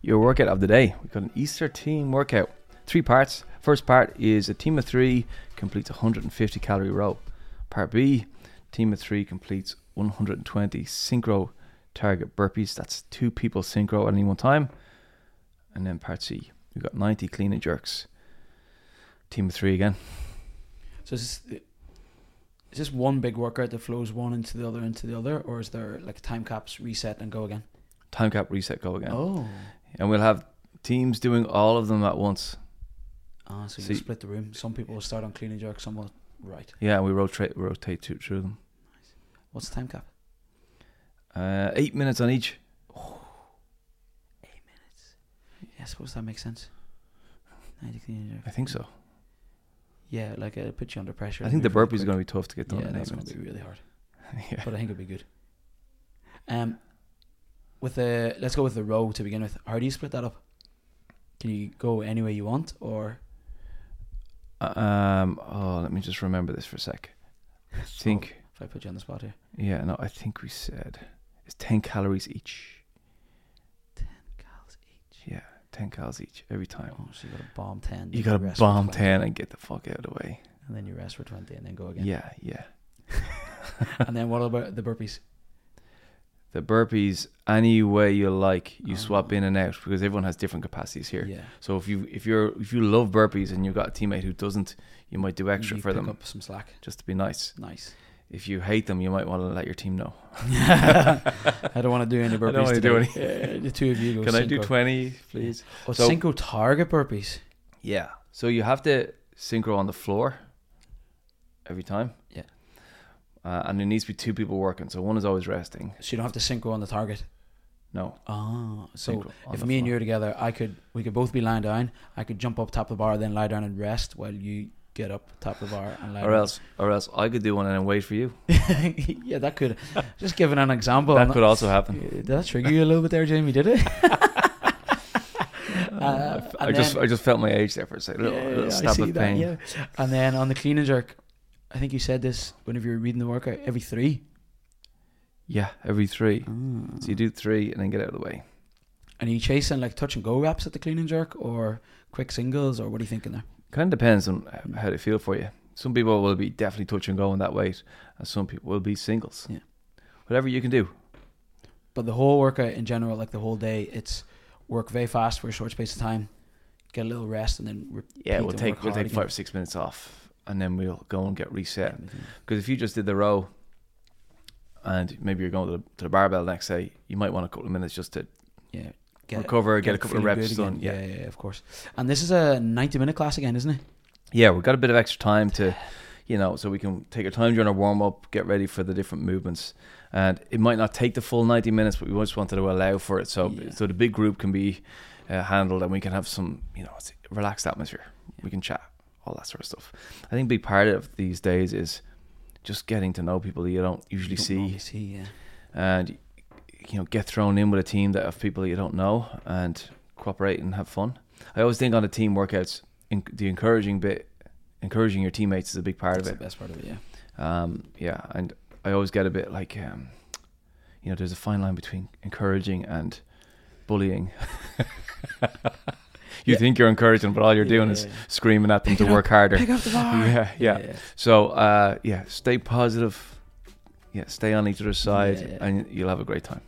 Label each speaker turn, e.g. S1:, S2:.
S1: your workout of the day. We've got an Easter team workout. Three parts. First part is a team of three completes 150 calorie row. Part B, team of three completes 120 synchro target burpees. That's two people synchro at any one time. And then part C, we've got 90 clean and jerks. Team of three again.
S2: So is this, is this one big workout that flows one into the other into the other, or is there like time caps, reset, and go again?
S1: Time cap, reset, go again.
S2: Oh,
S1: And we'll have teams doing all of them at once.
S2: ah, so you
S1: See-
S2: split the room. Some people will start on clean and jerk. Some will right.
S1: Yeah, we rotate rotate through, through them.
S2: What's the time cap?
S1: Uh, eight minutes on each.
S2: Yeah, I suppose that makes sense. Ninety clean and jerk.
S1: I think so.
S2: Yeah, like it put you under pressure.
S1: I think the burpees are going to be tough to get done
S2: Yeah,
S1: in eight
S2: that's going
S1: minutes.
S2: to be really hard.
S1: yeah.
S2: but I think it'd be good. Um, with the let's go with the row to begin with. How do you split that up? Can you go any way you want, or
S1: Um. Oh, let me just remember this for a sec. I think.
S2: if I put you on the spot here,
S1: Yeah. No, I think we said it's ten calories each.
S2: gals each.
S1: Yeah, ten calories each every time.
S2: Oh, so you got to bomb ten.
S1: You
S2: then
S1: gotta
S2: rest for
S1: bomb
S2: 20,
S1: ten and get the fuck out of the way.
S2: and then you rest for twenty, and then go again.
S1: Yeah, yeah.
S2: and then what about the burpees?
S1: The burpees, any way you like, you
S2: Oh.
S1: swap in and out because everyone has different capacities here.
S2: Yeah,
S1: So if you if you're if you love burpees and you've got a teammate who doesn't, you might do extra
S2: You
S1: for
S2: pick
S1: them
S2: Up some slack.
S1: just to be nice.
S2: Nice.
S1: If you hate them, you might want to let your team know.
S2: I don't want to do any burpees.
S1: I don't wanna do
S2: today. Uh, the two of you go.
S1: Can I do
S2: synchro.
S1: twenty, please?
S2: Oh,
S1: so-
S2: synchro target burpees.
S1: Yeah. So you have to synchro on the floor every time.
S2: Yeah.
S1: Uh, and there needs to be two people working, so one is always resting.
S2: So you don't have to synchro on the target.
S1: No.
S2: Oh, so
S1: synchro Ah, on
S2: if
S1: the
S2: me and you
S1: floor.
S2: were together, I could we could both be lying down. I could jump up, tap the bar, then lie down and rest while you get up, tap the bar, and lie.
S1: or else, or else I could do one and then wait for you.
S2: down. yeah, that could. Just giving an example.
S1: that
S2: I'm not-
S1: could also happen.
S2: Yeah, Did that trigger you a little bit there, Jamie? Did it? Uh,
S1: I f- I
S2: and
S1: just,
S2: then-
S1: I just felt my age there for a second. A little, a
S2: Yeah,
S1: little
S2: I
S1: stab
S2: see
S1: of
S2: that,
S1: pain.
S2: yeah. And then on the clean and jerk, I think you said this whenever you were reading the workout. Every three.
S1: Yeah, every three. So you do three and then get out of the way.
S2: And are you chasing like touch and go reps at the clean and jerk, or quick singles, or what are you thinking there?
S1: Kind of depends on h- how they feel for you. Some people will be definitely touch and go in that weight, and some people will be singles.
S2: Yeah.
S1: Whatever you can do.
S2: But the whole workout in general, like the whole day, it's work very fast for a short space of time, get a little rest, and then repeat
S1: Yeah, we'll
S2: and
S1: take
S2: work
S1: we'll
S2: hard
S1: take
S2: again.
S1: five or six minutes off, and then we'll go and get reset.
S2: Mhm.
S1: Because if you just did the row, and maybe you're going to the, to the barbell the next day, you might want a couple of minutes just to
S2: Yeah,
S1: recover, get, a couple of
S2: feeling
S1: reps
S2: good
S1: done.
S2: again.
S1: Yeah. yeah,
S2: yeah, yeah, of course. And this is a ninety-minute class again, isn't it?
S1: we've got a bit of extra time to, you know, so we can take our time during our warm up, get ready for the different movements, and it might not take the full ninety minutes, but we just wanted to allow for it, so
S2: Yeah.
S1: so the big group can be uh, handled, and we can have some, you know, it's a relaxed atmosphere. We can chat, all that sort of stuff. I think a big part of these days is just getting to know people that you don't usually
S2: Don't
S1: see.
S2: normally see, yeah.
S1: and you know get thrown in with a team that have people you don't know and cooperate and have fun. I always think on the team workouts, in, the encouraging bit, encouraging your teammates is a big part
S2: That's
S1: of
S2: the
S1: it.
S2: best part of it. Yeah,
S1: Um, yeah, and I always get a bit like, um, you know, there's a fine line between encouraging and bullying. you
S2: Yeah.
S1: think you're encouraging, but all you're
S2: Yeah,
S1: doing
S2: yeah,
S1: is
S2: yeah.
S1: screaming at them
S2: Pick
S1: to
S2: it up,
S1: work harder.
S2: Pick up the bar.
S1: Yeah, yeah. So uh, yeah, stay positive. Yeah, stay on each other's side,
S2: Yeah.
S1: and you'll have a great time.